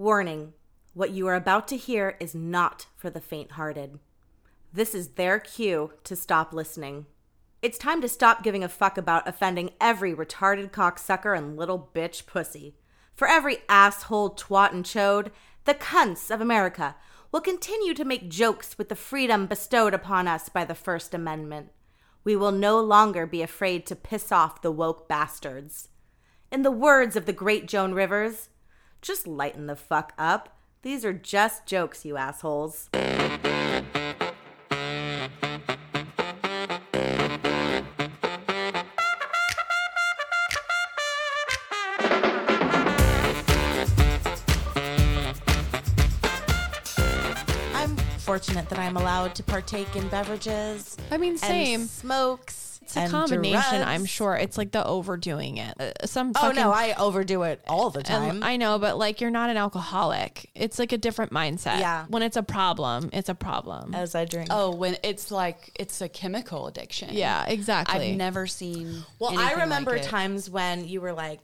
Warning What you are about to hear is not for the faint hearted. This is their cue to stop listening. It's time to stop giving a fuck about offending every retarded cocksucker and little bitch pussy. For every asshole, twat, and chode, the cunts of America will continue to make jokes with the freedom bestowed upon us by the First Amendment. We will no longer be afraid to piss off the woke bastards. In the words of the great Joan Rivers, just lighten the fuck up. These are just jokes, you assholes. I'm fortunate that I'm allowed to partake in beverages I mean, same. and smokes. it's a and combination. I'm drugs. sure it's like the overdoing it. Uh, some Oh fucking, no, I overdo it all the time. and I know, but like you're not an alcoholic. It's like a different mindset. Yeah. Uh, When it's a problem, it's a problem. as I drink. Oh, when it's like it's a chemical addiction. yeah, exactly. I've never seen. well, I anything remember like it. times when you were like,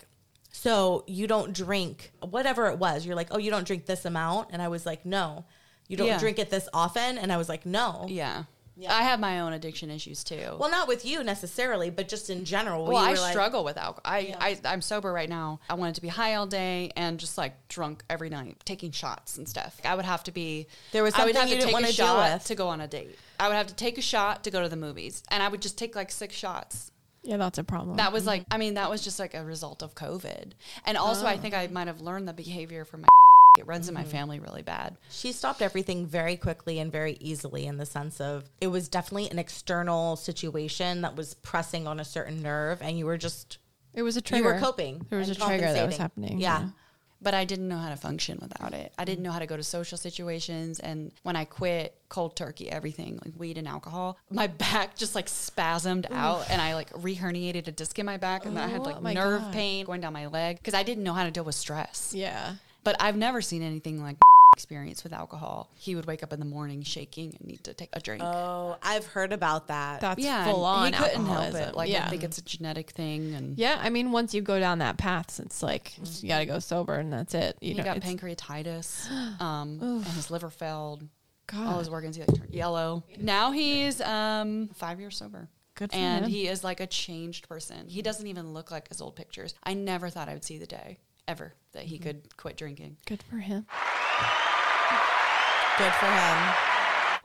"So you don't drink whatever it was." You're like, "Oh, you don't drink this amount," and I was like, "No, you don't Yeah. drink it this often," and I was like, "No." Yeah. I have my own addiction issues too. Well, Well, not with you necessarily, but just in general. you I were like- struggle with alcohol. I, I I'm sober right now. I wanted to be high all day and just like drunk every night, taking shots and stuff. I would have to be There was I would something have you to didn't take wanna a deal shot with. to go on a date. I would have to take a shot to go to the movies, and I would just take like six shots yeah, that's a problem. That was like, I mean, that was just like a result of COVID. And also, Oh. I think I might have learned the behavior from my. It runs Mm-hmm. in my family really bad. She stopped everything very quickly and very easily in the sense of it was definitely an external situation that was pressing on a certain nerve, and you were just it was a trigger. you were coping. There was and a trigger that was compensating. happening. Yeah. But I didn't know how to function without it. I Mm. didn't know how to go to social situations. And when I quit cold turkey, everything like weed and alcohol, my back just like spasmed out and I like reherniated a disc in my back. And then I had Oh like my nerve God. pain going down my leg because I didn't know how to deal with stress. Yeah. But I've never seen anything like experience with alcohol. He would wake up in the morning shaking and need to take a drink. Oh, I've heard about that. That's yeah, full on and he couldn't alcoholism. help it. Like yeah. I think it's a genetic thing, and yeah, I mean, once you go down that path, it's like Mm-hmm. you got to go sober, and that's it. You he know, got it's- pancreatitis, um, and his liver failed. All God, his organs he like turned yellow. Now he's um, five years sober. Good for and him. he is like a changed person. He doesn't even look like his old pictures. I never thought I would see the day ever that he could quit drinking. good for him. good for him.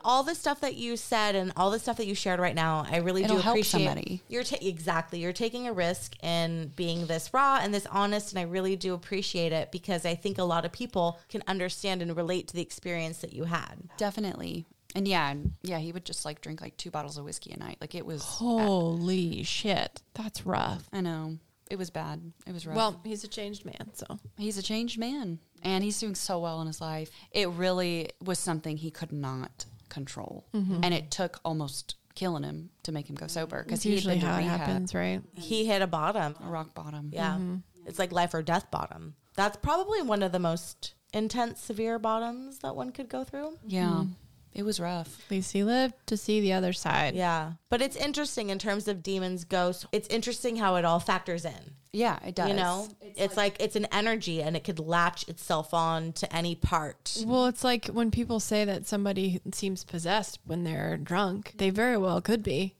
All the stuff that you said and all the stuff that you shared right now, I really It'll do help appreciate. somebody. You're ta- exactly. You're taking a risk in being this raw and this honest, and I really do appreciate it because I think a lot of people can understand and relate to the experience that you had. Definitely. And yeah, and- yeah, he would just like drink like two bottles of whiskey a night. Like it was. Holy shit, that's rough. I know it was bad. It was rough. Well, he's a changed man, so He's a changed man and he's doing so well in his life. It really was something he could not control. Mm-hmm. And it took almost killing him to make him go sober because that's he usually had been to how it rehab, happens, right? He hit a bottom. rock bottom. Yeah, it's like life or death bottom. That's probably one of the most intense, severe bottoms that one could go through. Yeah. Mm-hmm. It was rough. At least he lived to see the other side. Yeah. But it's interesting in terms of demons, ghosts. It's interesting how it all factors in. Yeah, it does. You know, it's, like, it's an energy and it could latch itself on to any part. Well, it's like when people say that somebody seems possessed when they're drunk, they very well could be.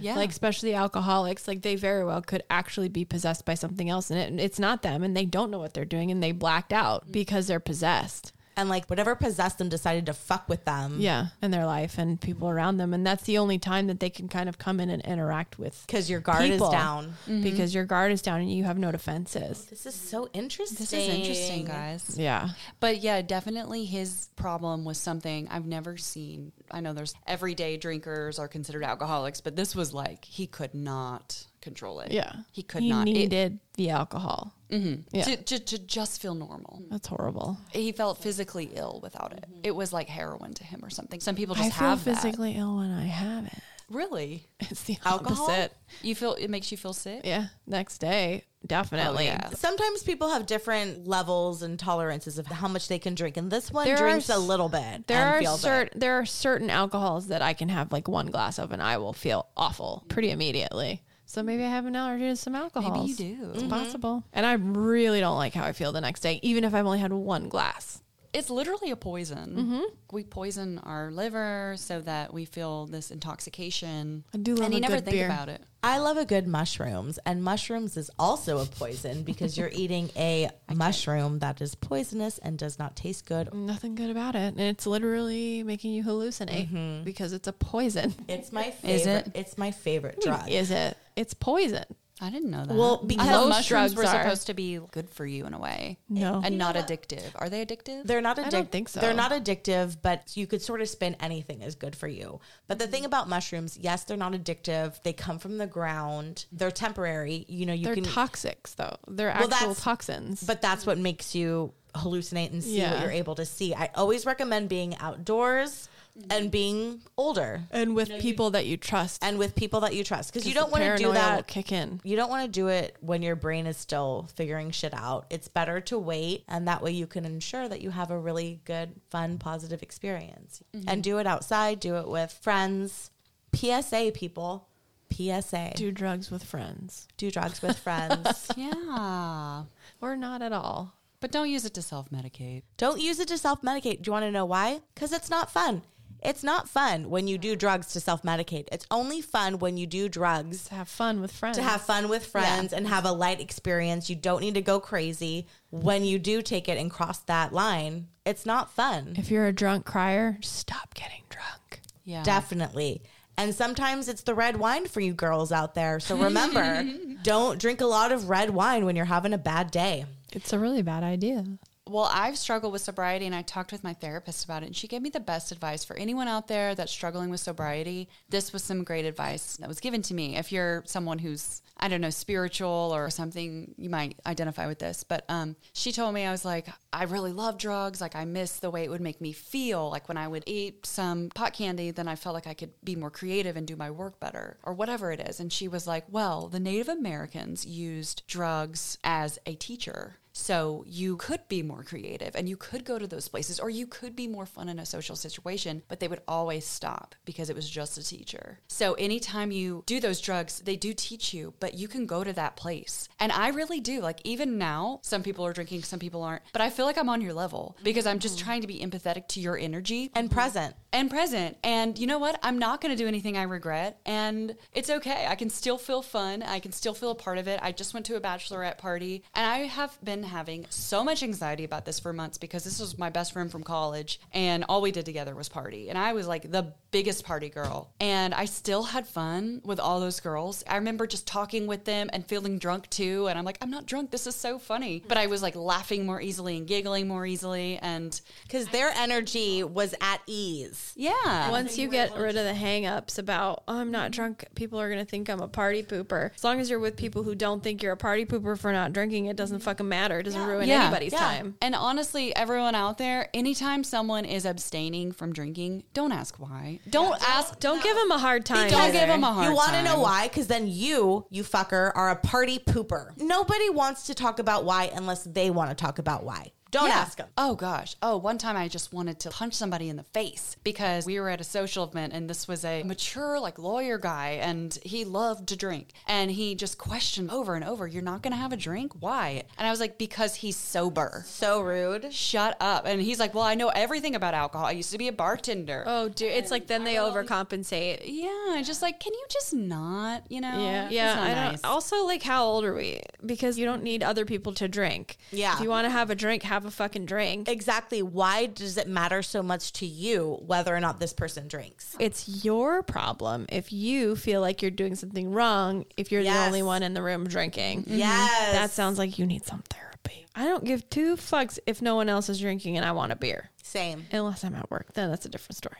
Yeah. Like, especially alcoholics, like they very well could actually be possessed by something else, and it, and it's not them, and they don't know what they're doing, and they blacked out because they're possessed. And like whatever possessed them decided to fuck with them. Yeah, in their life and people around them, and that's the only time that they can kind of come in and interact with Because your guard people is down. because your guard is down and you have no defenses. This is so interesting. this is interesting, guys. Yeah, But yeah, definitely his problem was something I've never seen. I know there's everyday drinkers are considered alcoholics, but this was like he could not control it. yeah, He could He not. It- needed the alcohol. Yeah. to, to, to just feel normal. That's horrible. he felt physically ill without it. It was like heroin to him or something. Some people Mm-hmm. I just feel have physically physically ill when I have it. that. Really, It's the Alcohol? opposite. you feel it makes you feel sick. Yeah, next day, definitely. Oh, yeah. Sometimes people have different levels and tolerances of how much they can drink. And this one There are drinks a s- little bit. There and are feels it. certain there are certain alcohols that I can have like one glass of and I will feel awful pretty immediately. So maybe I have an allergy to some alcohol. do. Mm-hmm. It's possible. And I really don't like how I feel the next day, even if I've only had one glass. It's literally a poison. Mm-hmm. We poison our liver so that we feel this intoxication. I do love and a you never good think beer. about it. I love a good mushrooms, and mushrooms is also a poison because you're eating a mushroom that is poisonous and does not taste good. Nothing good about it. And it's literally making you hallucinate Mm-hmm. because it's a poison. It's my favorite. Is it? It's my favorite drug. Is it? It's poison. I didn't know that. Well, I because thought most drugs mushrooms were are. supposed to be good for you in a way. No. And not addictive. Are they addictive? They're not addictive. don't think so. They're not addictive, but you could sort of spin anything as good for you. But Mm-hmm. the thing about mushrooms, yes, they're not addictive. They come from the ground. They're temporary. You know, you They're can toxics, though. They're Well, actual that's- toxins. but that's what makes you hallucinate and see what Yeah. you're able to see. I always recommend being outdoors Mm-hmm. and being older and with people that you trust. and with people that you trust because you the don't want to do paranoia will that kick in. you don't want to do it when your brain is still figuring shit out. It's better to wait, and that way you can ensure that you have a really good, fun, positive experience. And do it outside, do it with friends. PSA, people. PSA. Do, Do drugs with friends. drugs with friends. yeah. Or not at all. But don't use it to self medicate. don't use it to self medicate. Do you want to know why? Because it's not fun. It's not fun when you do drugs to self medicate. It's only fun when you do drugs To have fun with friends. to Mm-hmm. have fun with friends and have a light experience. You don't need to go crazy when you do take it and cross that line. It's not fun. If you're a drunk crier, stop getting drunk. Yeah. Definitely. And sometimes it's the red wine for you girls out there. So remember, don't drink a lot of red wine when you're having a bad day. It's a really bad idea. Well, I've struggled with sobriety and I talked with my therapist about it, and she gave me the best advice for anyone out there that's struggling with sobriety. This was some great advice that was given to me. If you're someone who's, I don't know, spiritual or something, you might identify with this. But um, she told me, I was like, I really love drugs. Like, I miss the way it would make me feel. Like, when I would eat some pot candy, then I felt like I could be more creative and do my work better or whatever it is. And she was like, Well, the Native Americans used drugs as a teacher. So you could be more creative and you could go to those places or you could be more fun in a social situation, but they would always stop because it was just a teacher. So anytime you do those drugs, they do teach you, but you can go to that place. And I really do. Like even now, some people are drinking, some people aren't, but I feel like I'm on your level because I'm just trying to be empathetic to your energy And present. and present. And you know what? I'm not going to do anything I regret. And it's okay. I can still feel fun. I can still feel a part of it. I just went to a bachelorette party and I have been having so much anxiety about this for months because this was my best friend from college and all we did together was party. And I was like the biggest party girl. And I still had fun with all those girls. I remember just talking with them and feeling drunk too. And I'm like, I'm not drunk. This is so funny. But I was like laughing more easily and giggling more easily. And Because their energy was at ease. yeah. Once you get rid of the hang ups about, oh, I'm not drunk, people are going to think I'm a party pooper. As long as you're with people who don't think you're a party pooper for not drinking, it doesn't fucking matter. It doesn't ruin anybody's time. And honestly, everyone out there, anytime someone is abstaining from drinking, don't ask why. Don't ask. Don't Don't give them a hard time. don't give either. them a hard. You want to time. know why? Because then you, you fucker, are a party pooper. Nobody wants to talk about why unless they want to talk about why. Don't Yeah. ask them. Oh gosh. Oh, one time I just wanted to punch somebody in the face because we were at a social event and this was a mature like lawyer guy and he loved to drink and he just questioned over and over, "You're not going to have a drink? Why?" And I was like, "Because he's sober." So rude. Shut up. And he's like, "Well, I know everything about alcohol. I used to be a bartender." Oh, dude. It's like then they overcompensate. Yeah, just like, can you just not? You know, Yeah, That's yeah. not I don't. nice. Also, like, how old are we? Because you don't need other people to drink. Yeah. If you want to have a drink, have a fucking drink. exactly why does it matter so much to you whether or not this person drinks? It's your problem if you feel like you're doing something wrong. If you're the Yes. only one in the room drinking, Yes. that sounds like you need some therapy. I don't give two fucks if no one else is drinking and I want a beer. same. Unless I'm at work, then that's a different story.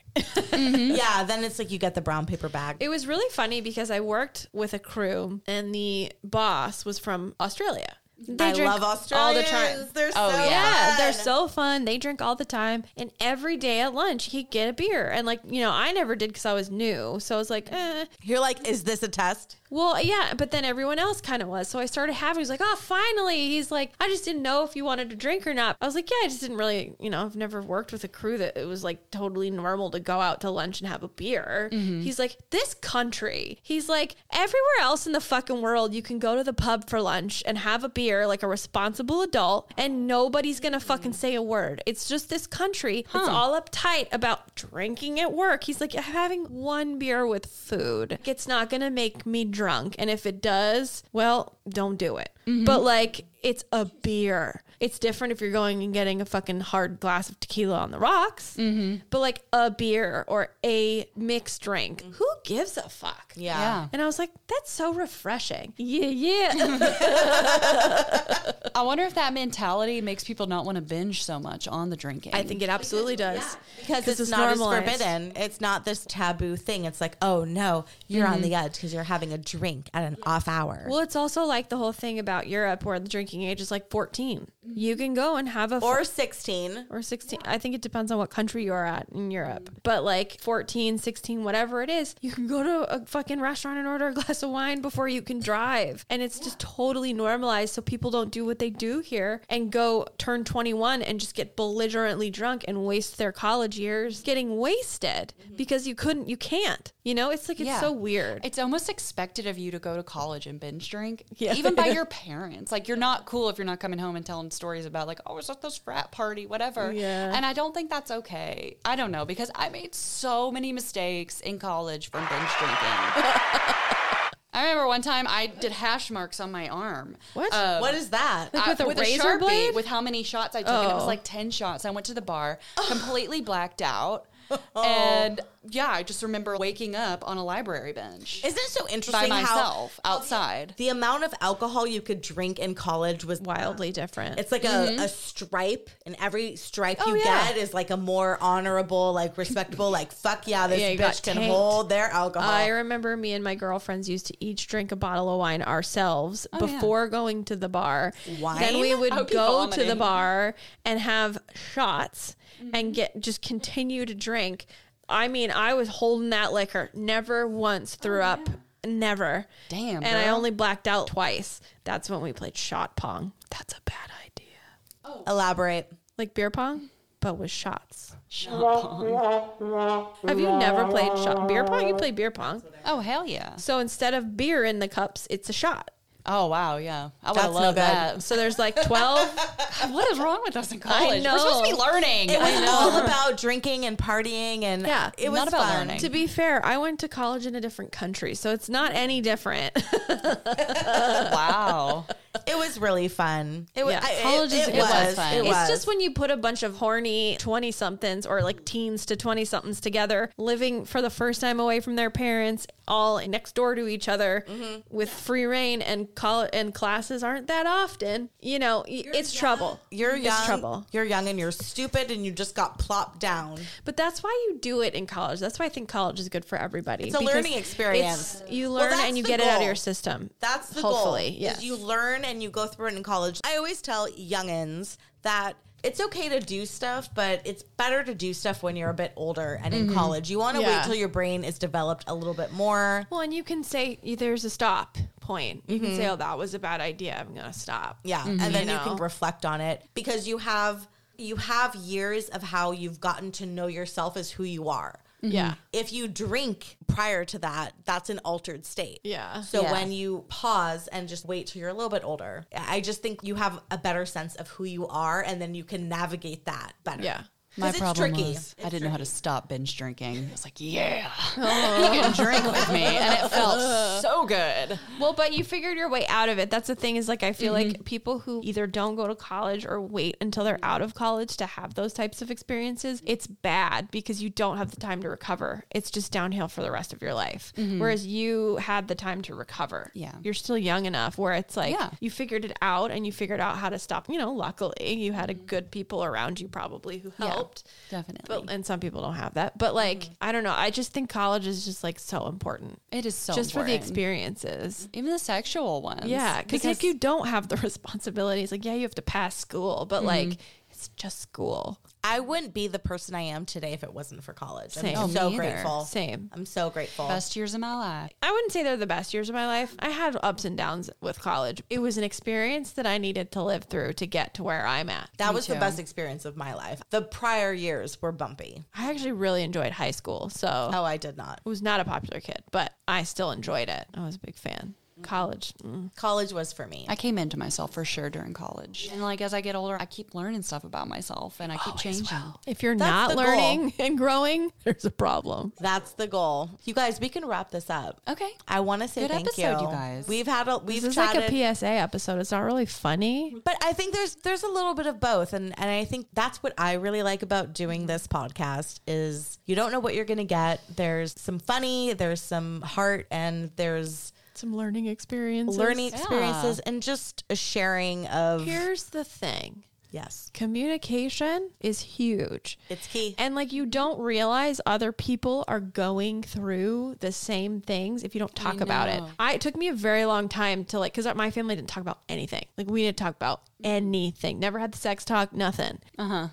Yeah, then it's like you get the brown paper bag. It was really funny because I worked with a crew and the boss was from Australia. They I drink love all Australians. the time. They're Oh, so Yeah, fun. they're so fun. They drink all the time, and every day at lunch he could get a beer. And like you know, I never did because I was new, so I was like, eh. You're like, is this a test? well, yeah. But then everyone else kind of was, so I started having. He's like, oh, finally. He's like, I just didn't know if you wanted to drink or not. I was like, yeah, I just didn't really, you know, I've never worked with a crew that it was like totally normal to go out to lunch and have a beer. He's like, this country. He's like, everywhere else in the fucking world, you can go to the pub for lunch and have a beer like a responsible adult, and nobody's gonna fucking say a word. It's just this country. It's all uptight about drinking at work. He's like, I'm having one beer with food. It's not gonna make me drunk. And if it does, well, don't do it. But like, it's a beer. It's different if you're going and getting a fucking hard glass of tequila on the rocks, but like a beer or a mixed drink. Who gives a fuck? Yeah. And I was like, that's so refreshing. Yeah, yeah. I wonder if that mentality makes people not want to binge so much on the drinking. I think it absolutely does. Because it's, it's not as normalized. forbidden. It's not this taboo thing. It's like, oh no, you're on the edge because you're having a drink at an off hour. Well, it's also like the whole thing about Europe where the drinking age is like 14. You can go and have a f- Or 16. or 16. I think it depends on what country you're at in Europe. But like 14, 16, whatever it is, you can go to a fucking restaurant and order a glass of wine before you can drive. And it's just totally normalized so people don't do what they do here and go turn 21 and just get belligerently drunk and waste their college years getting wasted because you couldn't you can't. You know, it's like it's Yeah. so weird. It's almost expected of you to go to college and binge drink, even by your parents. Like, you're not cool if you're not coming home and telling stories about, like, oh, I was at this frat party, whatever. Yeah. And I don't think that's okay. I don't know, because I made so many mistakes in college from binge drinking. I remember one time I did hash marks on my arm. What? Um, What is that? I- with a razor Sharpie, blade? with how many shots I took, and it was Oh. like ten shots. I went to the bar, completely blacked out, Oh. and yeah, I just remember waking up on a library bench Isn't it so by interesting how myself outside. the amount of alcohol you could drink in college was wildly different. It's like a, a stripe, and every stripe Mm-hmm. Oh, you yeah. get is like a more honorable, like respectable, like fuck yeah, this Yeah, you got bitch can tanked. hold their alcohol. I remember me and my girlfriends used to each drink a bottle of wine ourselves Oh, yeah. before going to the bar. Wine? Then we would I would be go to the vomiting. Mm-hmm. bar and have shots and get just continue to drink. I mean, I was holding that liquor, never once threw up, never. Oh, Damn, And I girl. only blacked out twice. That's when we played shot pong. That's a bad idea. Elaborate. Like beer pong, but with shots. Have you never played shot beer pong? You play beer pong. Oh hell yeah! So instead of beer in the cups, it's a shot. Oh wow, yeah. I would That's no love good. that. So there's like 12. What is wrong with us in college? know. We're supposed to be learning. It was all about drinking and partying, and Yeah, it was not about fun. learning. to be fair, I went to college in a different country, so it's not any different. wow. It was really fun. It was. Yeah. I- College it, is it a good was. time. Fun. It it's was. just when you put a bunch of horny 20 somethings or like teens to 20 somethings together, living for the first time away from their parents, all next door to each other Mm-hmm. with free reign and call and classes aren't that often. You know, y it's trouble. you're It's young. trouble. You're young and you're stupid, and you just got plopped down. But that's why you do it in college. That's why I think college is good for everybody. It's a because learning experience. it's- you Well, learn that's and you the get it out of goal. your system. That's the Hopefully, goal. yes. Is you learn and you go through it in college. I always tell youngins that it's okay to do stuff, but it's better to do stuff when you're a bit older and in college. You want to Mm-hmm. Yeah. wait till your brain is developed a little bit more. well, and you can say there's a stop point. You can say, Mm-hmm. "Oh, that was a bad idea. I'm gonna stop." Yeah, and then you, know. can reflect on it because you have you have years of how you've gotten to know yourself as who you are. Yeah. If you drink prior to that, that's an altered state. Yeah. So Yeah. when you pause and just wait till you're a little bit older, I just think you have a better sense of who you are and then you can navigate that better. Yeah. My My it's problem tricky. was I didn't know how to stop binge drinking. I was like, yeah, you can drink with me, and it felt so good. Well, but you figured your way out of it. That's the thing is like I feel Mm-hmm. like people who either don't go to college or wait until they're out of college to have those types of experiences, it's bad because you don't have the time to recover. It's just downhill for the rest of your life. Whereas you had the time to recover. Mm-hmm. Yeah. You're still young enough where it's like Yeah. you figured it out and you figured out how to stop. You know, luckily you had a good people around you probably who helped. helped. Definitely. But and some people don't have that. But like I don't know. I just think college is just like so important. it is so just for the important. experiences. Even the sexual ones. Yeah, because if you don't have the responsibilities, like yeah, you have to pass school, but like it's just school. I wouldn't be the person I am today if it wasn't for college. Same. I'm Oh, so me either. grateful. Same. I'm so grateful. best years of my life. I wouldn't say they're the best years of my life. I had ups and downs with college. It was an experience that I needed to live through to get to where I'm at. That was the too. best experience of my life. The prior years were bumpy. I actually really enjoyed high school, so Oh, I did not. I was not a popular kid, but I still enjoyed it. I was a big fan. College, mm. College was for me. I came into myself for sure during college. And like as I get older, I keep learning stuff about myself and I keep changing. if you're That's the not goal. learning and growing, there's a problem. That's the goal. You guys, we can wrap this up. Okay. I want to say Good thank episode, you. you guys. We've had a we've This is chatted, like a PSA episode. It's not really funny. but I think there's there's a little bit of both, and and I think that's what I really like about doing this podcast is you don't know what you're gonna get. There's some funny, there's some heart, and there's Some learning experiences. learning experiences and just a sharing of Here's the thing. yes, Communication is huge. it's key. And like you don't realize other people are going through the same things if you don't talk about it. I it took me a very long time to like cuz my family didn't talk about anything. Like we didn't talk about anything. Never had the sex talk, nothing. Uh-huh.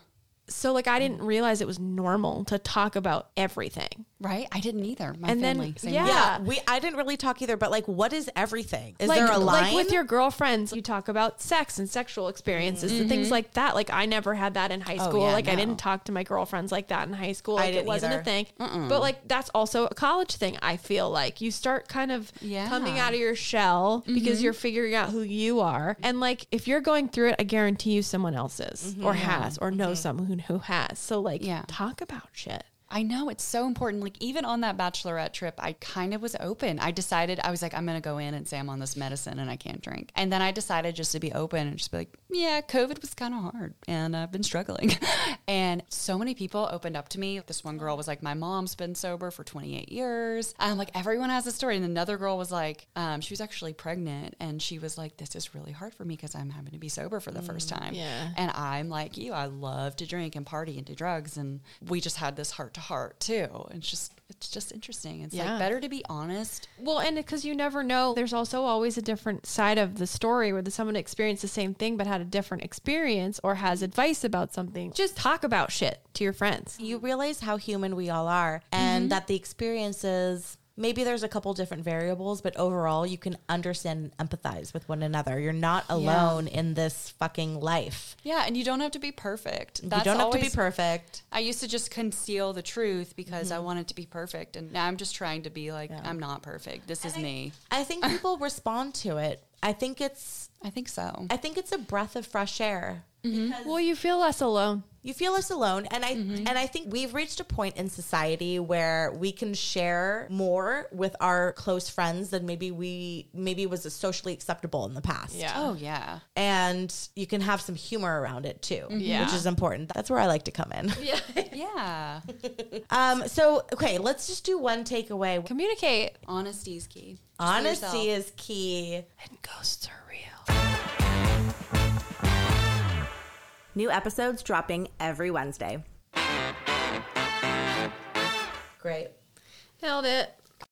So like I didn't realize it was normal to talk about everything. Right? I didn't either. My And then- family. same yeah. way. yeah, we I didn't really talk either, but like, what is everything? Is like, there a line? like with your girlfriends, you talk about sex and sexual experiences and Mm-hmm. things like that. Like I never had that in Oh, high school. yeah, like I no. didn't talk to my girlfriends like that in high school. Like it didn't wasn't either. a thing. But like that's also a college thing. I feel like you start kind of Yeah. coming out of your shell Mm-hmm. because you're figuring out who you are. And like if you're going through it, I guarantee you someone else is Mm-hmm. or has or knows someone who has. So like Yeah. talk about shit. I know it's so important. Like even on that bachelorette trip, I kind of was open. I decided I was like, I'm gonna go in and say I'm on this medicine and I can't drink. And then I decided just to be open and just be like, yeah, COVID was kind of hard and I've been struggling. and so many people opened up to me. This one girl was like, my mom's been sober for 28 years. And I'm like, everyone has a story. And another girl was like, um, she was actually pregnant and she was like, this is really hard for me because I'm having to be sober for the first time. yeah. And I'm like you, I love to drink and party and do drugs. And we just had this heart to heart too. And it's just, it's just interesting. It's Yeah. like better to be honest. Well, and because you never know, there's also always a different side of the story where the, someone experienced the same thing but had a different experience or has advice about something. Just talk about shit to your friends. you realize how human we all are and Mm-hmm. that the experiences maybe there's a couple different variables but overall you can understand and empathize with one another you're not alone in this fucking life Yeah. And you don't have to be perfect. That's you don't have to be always- perfect I used to just conceal the truth because Mm-hmm. I wanted to be perfect. And now I'm just trying to be like, I'm not perfect. This is me. i think people respond to it i think it's I think so. i think it's a breath of fresh air Well, you feel less alone. you feel less alone and i Mm-hmm. and i think we've reached a point in society where we can share more with our close friends than maybe we maybe was socially acceptable in the past Oh, yeah. and you can have some humor around it too, Mm-hmm. Yeah. which is important. That's where I like to come in. Yeah. Um, so okay, let's just do one takeaway. Communicate. Honesty is key. Just be yourself. Honesty is key. And ghosts are real. New episodes dropping every Wednesday. Great. Nailed it.